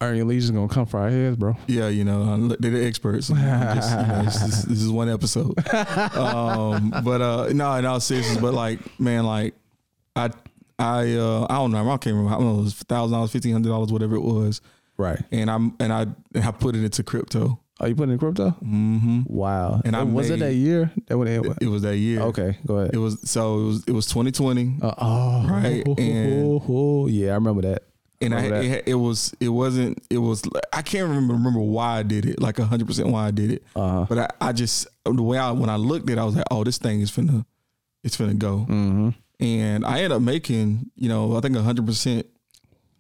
Ernie Lee's is gonna come for our heads, bro.
yeah, you know, I'm- they're the experts. So I'm just, you know, it's just- this is one episode. um, but uh, no, in all seriousness, but like, man, like, I, I, uh, I don't know. I can't remember. I don't know. It was thousand dollars, fifteen hundred dollars, whatever it was.
Right.
And I'm and I and I put it into crypto.
Are you putting in crypto?
Mm-hmm.
Wow.
And I
was it
made-
that year that went in?
It was that year.
Okay, go ahead.
It was so it was it was 2020.
Uh, oh,
Right, and-
yeah, I remember that.
and I,
Remember that.
it, it was it wasn't it was I can't remember remember why I did it like hundred percent why I did it,
Uh-huh.
but I, I just the way I when I looked at it I was like oh this thing is finna it's finna go
Mm-hmm.
and I ended up making you know I think hundred percent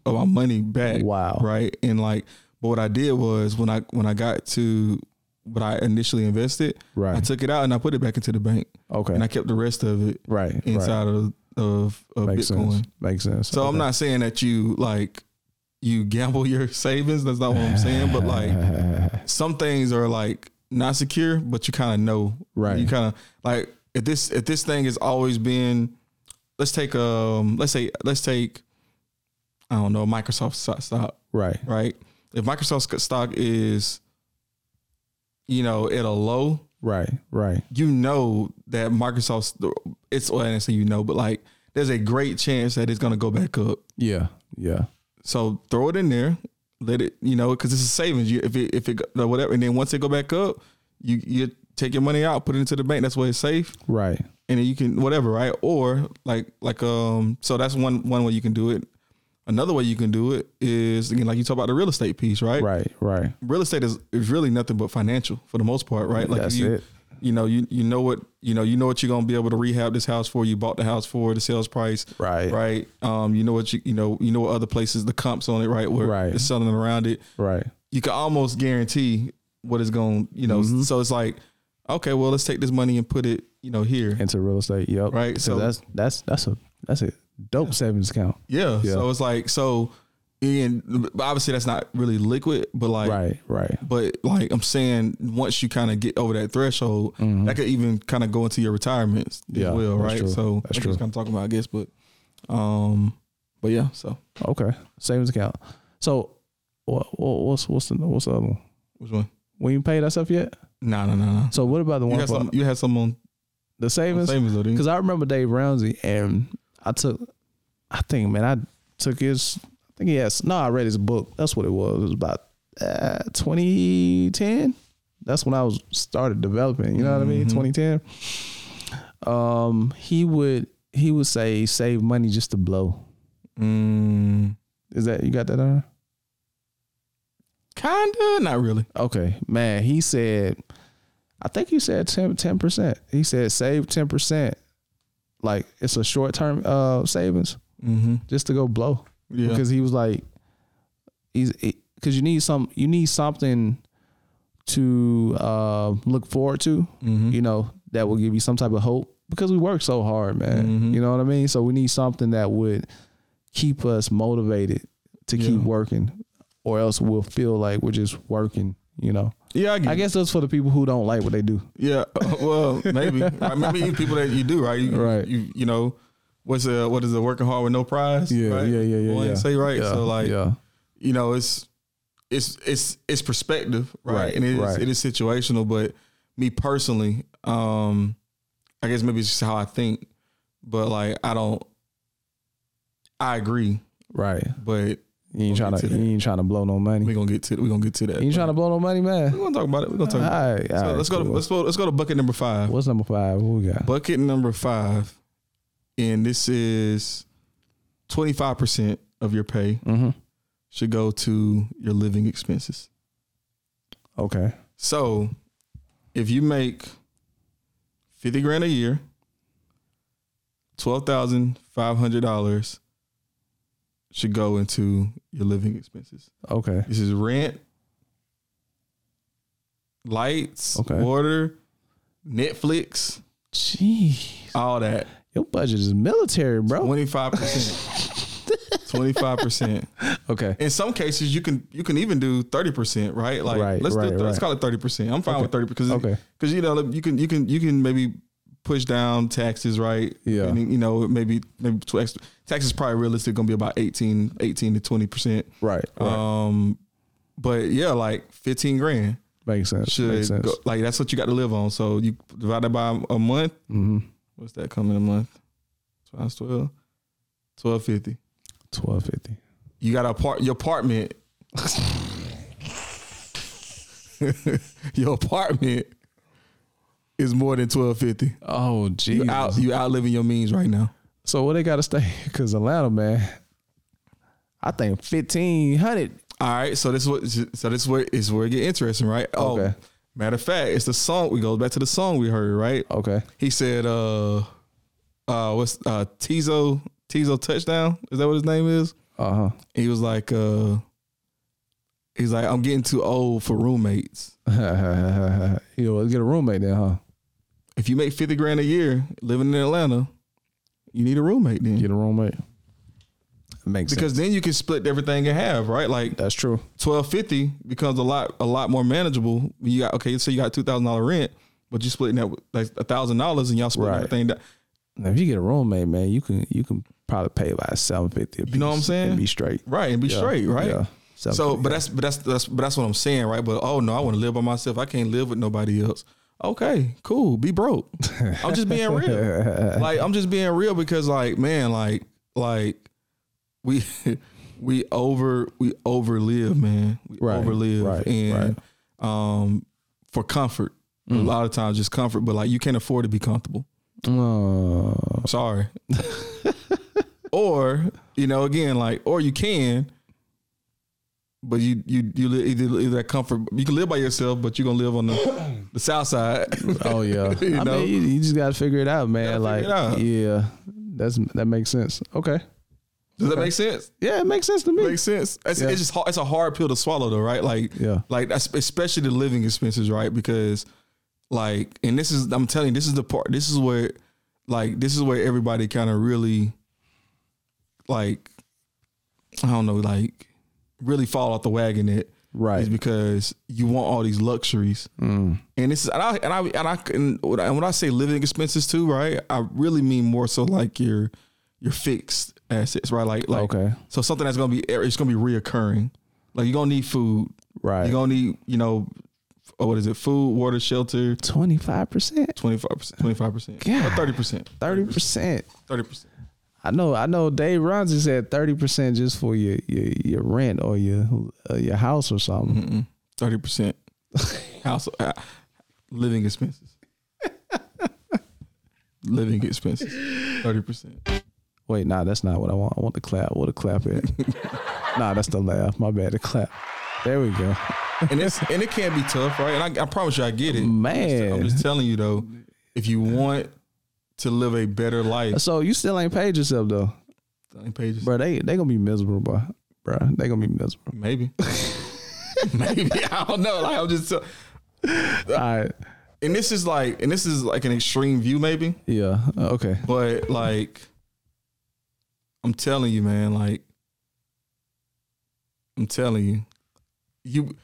of my money back
Wow.
right and like but what I did was when I when I got to what I initially invested
Right.
I took it out and I put it back into the bank
okay.
and I kept the rest of it
right.
inside of of, of
right. Makes
Bitcoin.
sense. Makes sense.
So I'm
Okay.
not saying that you like you gamble your savings. That's not what I'm saying. But like some things are like not secure, but you kind of know.
Right.
You kind of like if this if this thing has always been. Let's take um. Let's say let's take. I don't know Microsoft sto- stock.
right.
Right. If Microsoft sc- stock is, you know, at a low,
Right. Right.
you know that Microsoft's it's well, I didn't say you know, but like there's a great chance that it's gonna go back up.
Yeah. Yeah.
So throw it in there. Let it, you know, because it's a savings. You, if it, if it, go- whatever, and then once it go back up, you you take your money out, put it into the bank. That's where it's safe,
Right.
and then you can whatever, right? Or like like um, so that's one one way you can do it. Another way you can do it is again, like you talk about the real estate piece, right?
Right. Right.
Real estate is, is really nothing but financial for the most part, right? Like if
That's
you,
it.
You know, you you know what you know. You know what you're gonna be able to rehab this house for. You bought the house for the sales price
Right. Right.
right? Um, you know what you you know you know what other places the comps on it, right? Where
Right.
it's selling around it,
Right.
you can almost guarantee what it's going. You know,
Mm-hmm.
so it's like, okay, well, let's take this money and put it, you know, here,
Into real estate. Yep.
Right,
So
so-
that's that's that's a that's a dope savings account.
yeah.
Yeah.
So it's like, so and but obviously that's not really liquid, but like.
Right. Right.
But like I'm saying, once you kind of get over that threshold,
Mhm.
that could even kind of go into your retirements
Yeah,
as well,
that's
right?
true.
So
That's
that's
true.
what I'm talking about, I guess. But, um, but yeah. So
Okay. Savings account. So what, what's what's the what's the other one?
which one?
We ain't paid that stuff yet.
No, no, no, no.
So what about the
You
one
had
for
some. You had some on
the savings?
Famous though, didn't you?
Because I remember Dave Ramsey, and I took, I think, man, I took his, I think he has, no, I read his book. That's what it was. It was about uh, 2010. That's when I was started developing. You know what I mean?
Mhm.
2010. Um, he would he would say save money just to blow.
Mm,
Is that you got that on?
kinda, not really.
Okay, man. He said, I think he said 10 percent. He said save ten percent. Like it's a short term uh savings
Mm-hmm.
just to go blow.
Yeah,
because he was like he's because you need some you need something to uh, look forward to
mm-hmm.
you know that will give you some type of hope because we work so hard man
Mhm.
you know what i mean so we need something that would keep us motivated to
Yeah.
keep working or else we'll feel like we're just working you know
yeah, I, get
i
it.
guess that's for the people who don't like what they do
Yeah, uh, well, maybe, right, maybe even people that you do right, you,
Right.
You, you know, what's uh what is it? Working hard with no prize. right?
yeah
Boy, Say right. so like,
yeah
you know, it's it's it's it's perspective, right?
Right,
And it is
right.
it is situational, but me personally, um, I guess maybe it's just how I think, but like I don't. I agree.
Right.
But
You ain't
We'll
trying
get
to.
to that.
You ain't trying to blow no money.
we're gonna get to we're gonna get to that.
You ain't trying to blow no money, man.
we're gonna talk about it. We're gonna talk.
All
About
right.
it. So
all
let's
right,
go. To,
cool.
let's go. Let's go to bucket number five.
Uh, What's number five? What we got?
Bucket number five, and this is twenty five percent of your pay
Mm-hmm.
should go to your living expenses.
Okay.
So, if you make fifty grand a year, twelve thousand five hundred dollars should go into your living expenses.
Okay.
This is rent, lights,
Okay.
water, Netflix,
Gee,
all that.
your budget is military, bro.
Twenty five percent. Twenty five percent.
Okay.
In some cases, you can you can even do thirty percent, right? Like
Right,
let's do,
right,
let's
right.
call it thirty percent. I'm fine
Okay.
with thirty because
Okay.
because you know you can you can you can maybe push down taxes right
Yeah.
and, you know maybe maybe tw- extra- taxes probably realistic gonna be about 18 18 to 20 percent
Right. right.
um but yeah like 15 grand
makes sense.
should
Makes sense.
go, like that's what you got to live on so you divide that by a month
Mm-hmm.
what's that coming a month times 12 1250
Twelve fifty.
you got a part your apartment your apartment is more than 1250
Oh,
You
gee.
out you outliving your means right now.
So where they gotta stay? Cause Atlanta, man. I think fifteen hundred.
All right, so this is what so this is where is where it get interesting, right? Oh,
Okay.
matter of fact, it's the song we go back to the song we heard, right?
Okay.
He said, uh, uh, what's uh Tizo Tizo touchdown? Is that what his name is?
Uh huh.
He was like, uh, he's like, I'm getting too old for roommates.
you know, get a roommate then, huh?
If you make fifty grand a year living in Atlanta, you need a roommate then,
Get a roommate. Makes sense.
because then you can split everything in half, right? Like
That's true.
twelve fifty becomes a lot a lot more manageable. You got okay, so you got two thousand dollar rent, but you splitting that with, like a thousand dollars and y'all splitting
Right.
everything down.
Now, if you get a roommate, man, you can you can probably pay about seven fifty.
You know what I'm saying?
And be straight.
Right, and be
Yeah,
straight, right?
Yeah.
So,
750,
but that's but that's that's but that's what I'm saying, right? But oh no, I want to live by myself. I can't live with nobody else. Okay, cool. Be broke. I'm just being real. like I'm just being real because like man, like like we we over we overlive, man. We
Right,
overlive
right,
and um for comfort.
Mm.
A lot of times just comfort, but like you can't afford to be comfortable.
Oh,
I'm sorry. or you know, again, like, or you can, but you you you live either, either that comfort. You can live by yourself, but you're gonna live on the the south side.
oh yeah.
You
I
know?
mean, you, you just gotta figure it out, man.
Gotta
Like,
figure it out.
yeah, that's that makes sense. Okay.
Does that make sense?
Yeah, it makes sense to me.
Makes sense. It's,
Yeah.
it's just hard, it's a hard pill to swallow, though, right? Like,
Yeah.
like that's- especially the living expenses, right? Because, like, and this is I'm telling you, this is the part. This is where, like, this is where everybody kind of really, like, I don't know, like, really fall off the wagon. It
Right. Mm.
is because you want all these luxuries, and this is and I and I and I and when I, and when I say living expenses too, right? I really mean more so like your your fixed assets, right? Like, like
Okay.
so something that's gonna be it's gonna be reoccurring. Like you're gonna need food.
Right.
You're gonna need you know, f- oh, what is it? Food, water, shelter.
Twenty five percent,
25%, 25%,
God.
or 30%,
thirty percent.
30%.
I know, I know. Dave Ramsey said thirty percent just for your, your your rent or your uh, your house or something.
Mm-mm. 30% house uh, living expenses. living expenses. 30%.
Wait, nah, that's not what I want. I want the clap. What a clap at? nah, that's the laugh. My bad. The clap. There we go.
And it's and it can be tough, right? And I, I promise you I get it.
Man.
I'm just telling you though, if you want to live a better life,
So you still ain't paid yourself though,
pages.
bro. They they gonna be miserable, bro. Bro, they gonna be miserable.
Maybe. Maybe. I don't know. Like I'm just so-
All right.
and this is like and this is like an extreme view maybe,
Yeah. Okay.
but like I'm telling you, man, like I'm telling you. You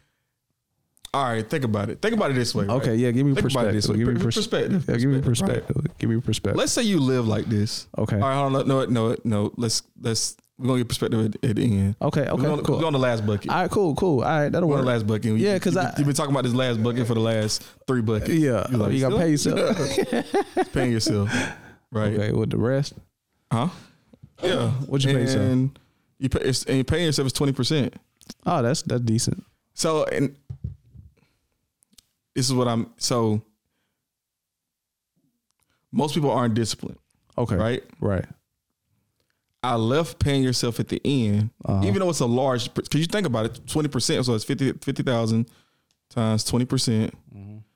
All right, think about it. Think about it this way. right?
Okay. Yeah. Give me
Think about it
perspective.
this way.
Give me
Per-
pers-
perspective.
Yeah, give me
Perspective, right?
perspective. Give me perspective.
Let's say you live like this.
okay.
All right, hold on. No, no, no. Let's let's we're going to get perspective at, at the end.
Okay.
We're on,
Okay.
we're
Cool.
on the last bucket.
All right. Cool. Cool. All right. That'll
One
work.
the last bucket.
Yeah,
You-
'cause
you-
I-
you've been talking about this last bucket for the last three buckets.
Yeah,
You like,
you gotta pay yourself.
paying yourself, right?
okay, with the rest,
Huh? Yeah.
What'd you pay yourself?
And You pay, it's, and you paying yourself is twenty percent.
Oh, that's that's decent.
So and this is what I'm so most people aren't disciplined,
Okay.
right?
Right.
I left paying yourself at the end,
Uh, Uh-huh.
even though it's a large because you think about it, twenty percent, so it's 50 50,000 times twenty percent.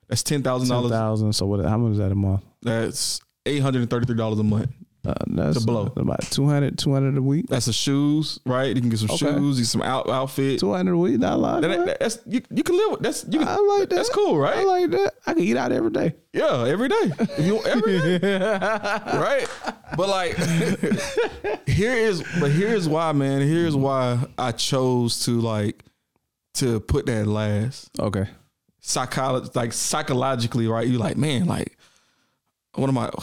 That's ten thousand
Mm-hmm. Ten
dollars.
thousand. So what? How much is that a month?
That's eight hundred and thirty three dollars a month.
Uh, that's
It's a blow.
About 200, 200 a week.
That's the shoes, right? You can get some
Okay.
shoes, you get some out, outfit.
Two hundred a week. Not a lot.
That-
man.
that- that's you, you can live with that's you can,
I like that.
That's cool, right?
I like that. I can eat out every day.
Yeah, every day. If you every day. right? But like here is but here's why, man. Here's why I chose to like to put that last.
Okay.
Psycholo- like psychologically, right? You like, man, like what am I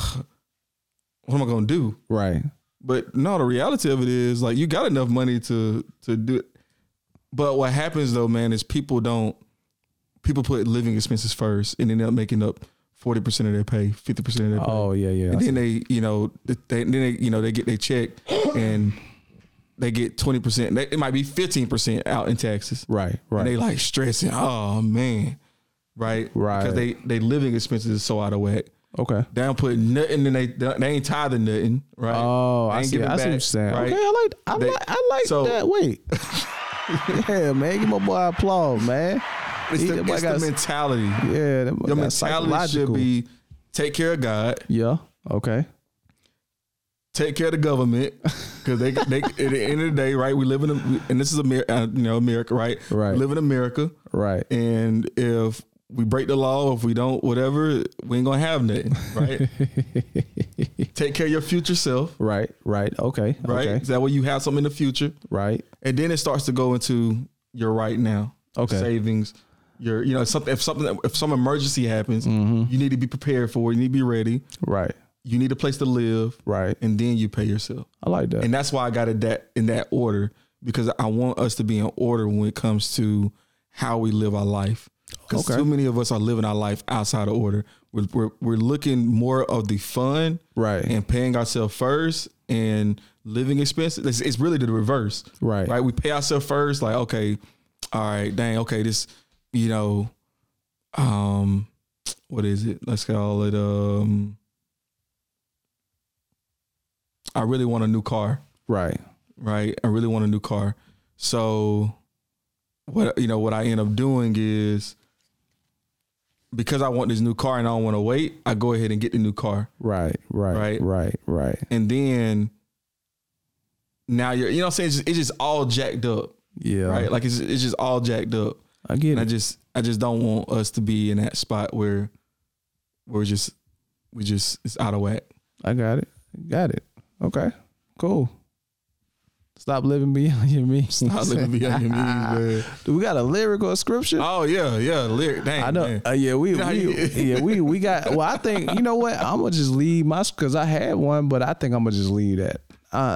what am I gonna do?
Right.
But no, the reality of it is like you got enough money to to do it. But what happens though, man, is people don't people put living expenses first and end up making up forty percent of their pay, fifty percent of their pay.
Oh yeah, yeah.
and then they, you know, they, then they, you know, they get their check and they get twenty percent. It might be fifteen percent out in taxes.
right. Right.
And they like stressing. Oh man, right,
Right.
Because they they living expenses is so out of whack.
okay.
They don't put nothing in they they ain't tied to nothing, right?
Oh,
They
I
ain't
see.
giving
I see what
back,
you're saying.
right?
Okay, I like. I
They-
like. I like
so-
that. Wait. yeah, man. Give my boy applause, man.
It's
He-
the,
that boy
it's
got
the
s-
mentality.
Yeah, that boy
Your
got
mentality should
psychological.
be take care of God,
Yeah. Okay.
take care of the government, because they, they at the end of the day, right? We live in a, and this is America, uh, you know, America, right?
Right.
We live in America,
Right.
and if we break the law, if we don't, whatever, we ain't gonna have nothing, right? take care of your future self,
Right. Right. Okay.
right?
Okay.
Is that way you have something in the future?
Right.
and then it starts to go into your right now
Okay.
savings your you know something if something if some emergency happens
Mm-hmm.
you need to be prepared for it you need to be ready
Right.
you need a place to live
Right.
and then you pay yourself
I like that.
and that's why i got it that in that order because i want us to be in order when it comes to how we live our life because
Okay.
too many of us are living our life outside of order we're, we're, we're looking more of the fun
Right.
and paying ourselves first and living expenses it's, it's really the reverse
Right.
right? We pay ourselves first, like, okay, all right, dang, okay, this, you know, um, what is it? Let's call it um I really want a new car,
Right.
right? I really want a new car. So what you know, what I end up doing is because I want this new car and I don't want to wait, I go ahead and get the new car.
Right. Right.
Right.
Right. Right.
And then now you're you know what I'm saying? It's just, it's just all jacked up.
Yeah.
right? Like it's it's just all jacked up,
I get
and I
it.
just I just don't want us to be in that spot where we're just we just it's out of whack.
I got it. Got it. Okay. Cool. Stop living beyond your means.
Stop living beyond your means, man.
Do we got a lyric or a scripture?
Oh yeah, yeah, lyric. Dang,
I know.
man.
Uh, yeah, we,
know how
we
you-
yeah we we got. Well, I think you know what. I'm gonna just leave my because I had one, but I think I'm gonna just leave that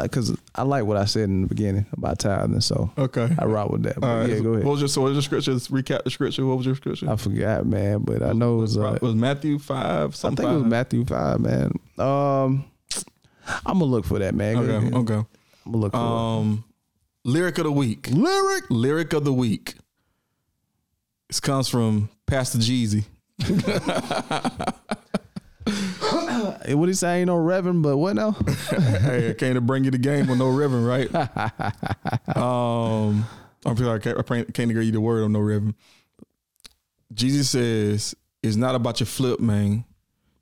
because I like what I said in the beginning about tithing. So
Okay.
I rock with that. But
All right.
yeah, go ahead.
What was your so what was your scripture? Let's recap the scripture. What was your scripture?
I forgot, man, but I know it was. Uh,
Right, was Matthew
I
five
think
something?
it was
five?
Matthew five, man. Um, I'm gonna look for that, man.
Okay, okay.
I'm gonna look for
Um, lyric of the week.
that. lyric.
Lyric of the week. This comes from Pastor Jeezy.
Hey, What he say? Ain't no Reverend, but what now?
hey, I came to bring you the game with no ribbon, right? um, I'm sorry, I can't, I can't to give you the word on no ribbon. Jesus says, "It's not about your flip, man.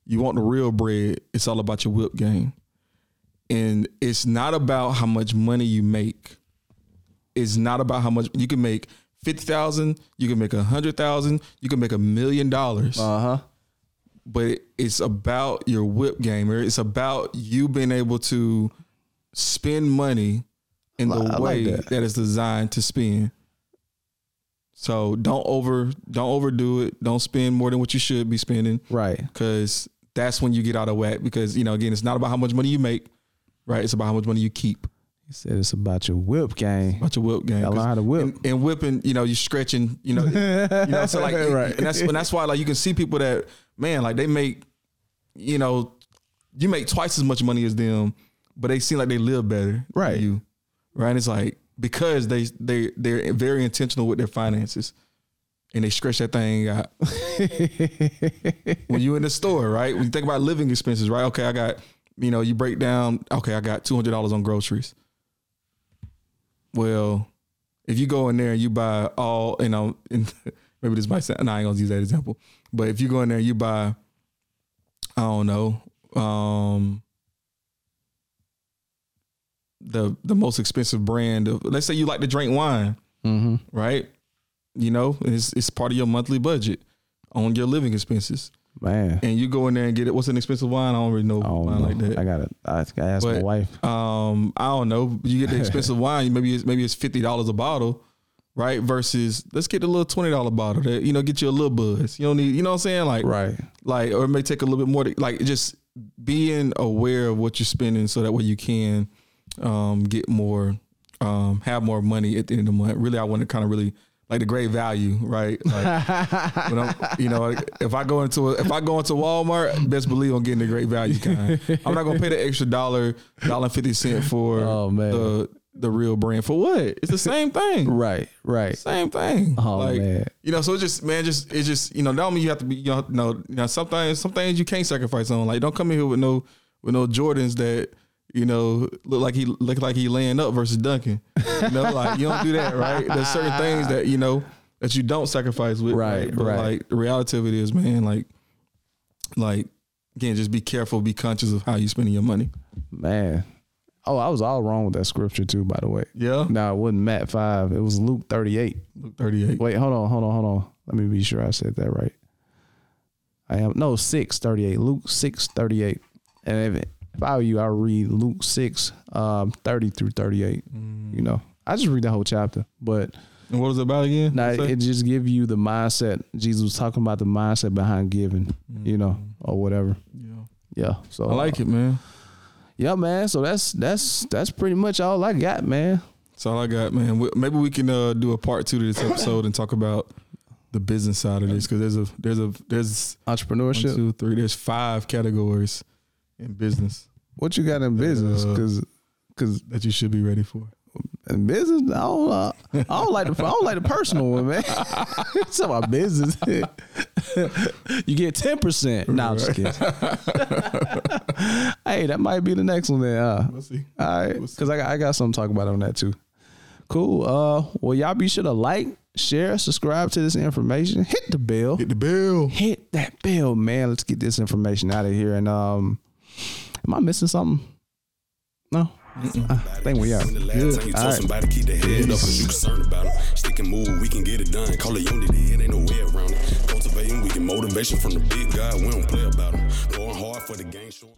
You want the real bread. It's all about your whip game, and it's not about how much money you make. It's not about how much you can make." Fifty thousand, you can make a hundred thousand, you can make a million dollars
Uh huh.
but it's about your whip gamer. It's about you being able to spend money in the
I like
way
that.
that is designed to spend. So don't over don't overdo it. Don't spend more than what you should be spending
Right.
because that's when you get out of whack. Because you know, again, it's not about how much money you make, right? It's about how much money you keep.
He said it's about your whip game.
About your whip game.
Gotta learn how to whip.
And, and whipping, you know, you're stretching, you know, you know, so like,
Right.
and that's and that's why like you can see people that man, like they make, you know, you make twice as much money as them, but they seem like they live better, than
Right.
You, right? It's like because they they they're very intentional with their finances, and they stretch that thing out. when you in the store, right? When you think about living expenses, right? Okay, I got you know you break down. Okay, I got two hundred dollars on groceries. Well, if you go in there and you buy all, you know, and maybe this might sound, no, I ain't gonna use that example, but if you go in there and you buy, I don't know, um, the the most expensive brand of, let's say you like to drink wine,
Mm-hmm.
right? You know, it's it's part of your monthly budget on your living expenses,
Man.
and you go in there and get it. What's an expensive wine? I don't really know
Oh,
wine like that.
I gotta, I gotta ask my
But-
wife.
um, I don't know. You get the expensive wine. Maybe it's maybe it's fifty dollars a bottle, right? Versus let's get the little twenty dollar bottle that you know get you a little buzz. You don't need. You know what I'm saying? Like
Right.
like or it may take a little bit more. To, like just being aware of what you're spending, so that way you can um, get more, um, have more money at the end of the month. Really, I want to kind of really like the great value, right? Like when I'm, you know, if I go into a, if I go into Walmart, best believe I'm getting the great value kind. I'm not gonna pay the extra dollar, dollar and fifty cent for
Oh, man.
the the real brand for what? It's the same thing.
Right. Right.
Same thing.
Oh,
like,
man.
You know, so it's just man, just it's just you know, that don't mean you have to be you know, no, you know, sometimes some things you can't sacrifice on. Like don't come in here with no with no Jordans that you know look like he look like he laying up versus dunking. You know, like you don't do that, right? There's certain things that you know that you don't sacrifice with,
Right,
But
right.
like the reality of it is, man, like like again, just be careful, be conscious of how you're spending your money.
Man. Oh, I was all wrong with that scripture too, by the way.
Yeah,
No, it wasn't Matt five. It was Luke thirty eight.
thirty eight.
Wait, hold on, hold on, hold on. Let me be sure I said that right. I have no six thirty eight. Luke six thirty eight. And if, if I were you, I would read Luke six um, thirty through thirty eight. You know, I just read the whole chapter, but
Mm. And what was it about again?
now
You say?
it just give you the mindset. Jesus was talking about the mindset behind giving, you know, or whatever.
Mm. Yeah.
Yeah. So
I like it, man.
Yeah, man. So that's that's that's pretty much all I got, man.
That's all I got, man. We- Maybe we can uh, do a part two to this episode and talk about the business side of this because there's a there's a there's
Oh,
one,
Entrepreneurship.
two, three, there's five categories in business
What you got in business?
Uh,
Because because
that you should be ready for.
in business, I don't, uh, I don't like the I don't like the personal one, man. it's not my business. you get ten percent. Nah, I'm just kidding. hey, that might be the next one then. Uh,
Let's see.
all right, because I got I got something to talk about on that too. Cool. Uh, well, y'all be sure to like, share, subscribe to this information. Hit the bell.
Hit the bill.
hit that bell, man. Let's get this information out of here. And um, am I missing something? No, I think we out.
When the last time you told somebody keep their head up and you concerned about them. Stick and move, we can get it done. Call it unity, it ain't no way around it. Cultivating, we get motivation from the big guy. We don't play about them. Going hard for the game. showing-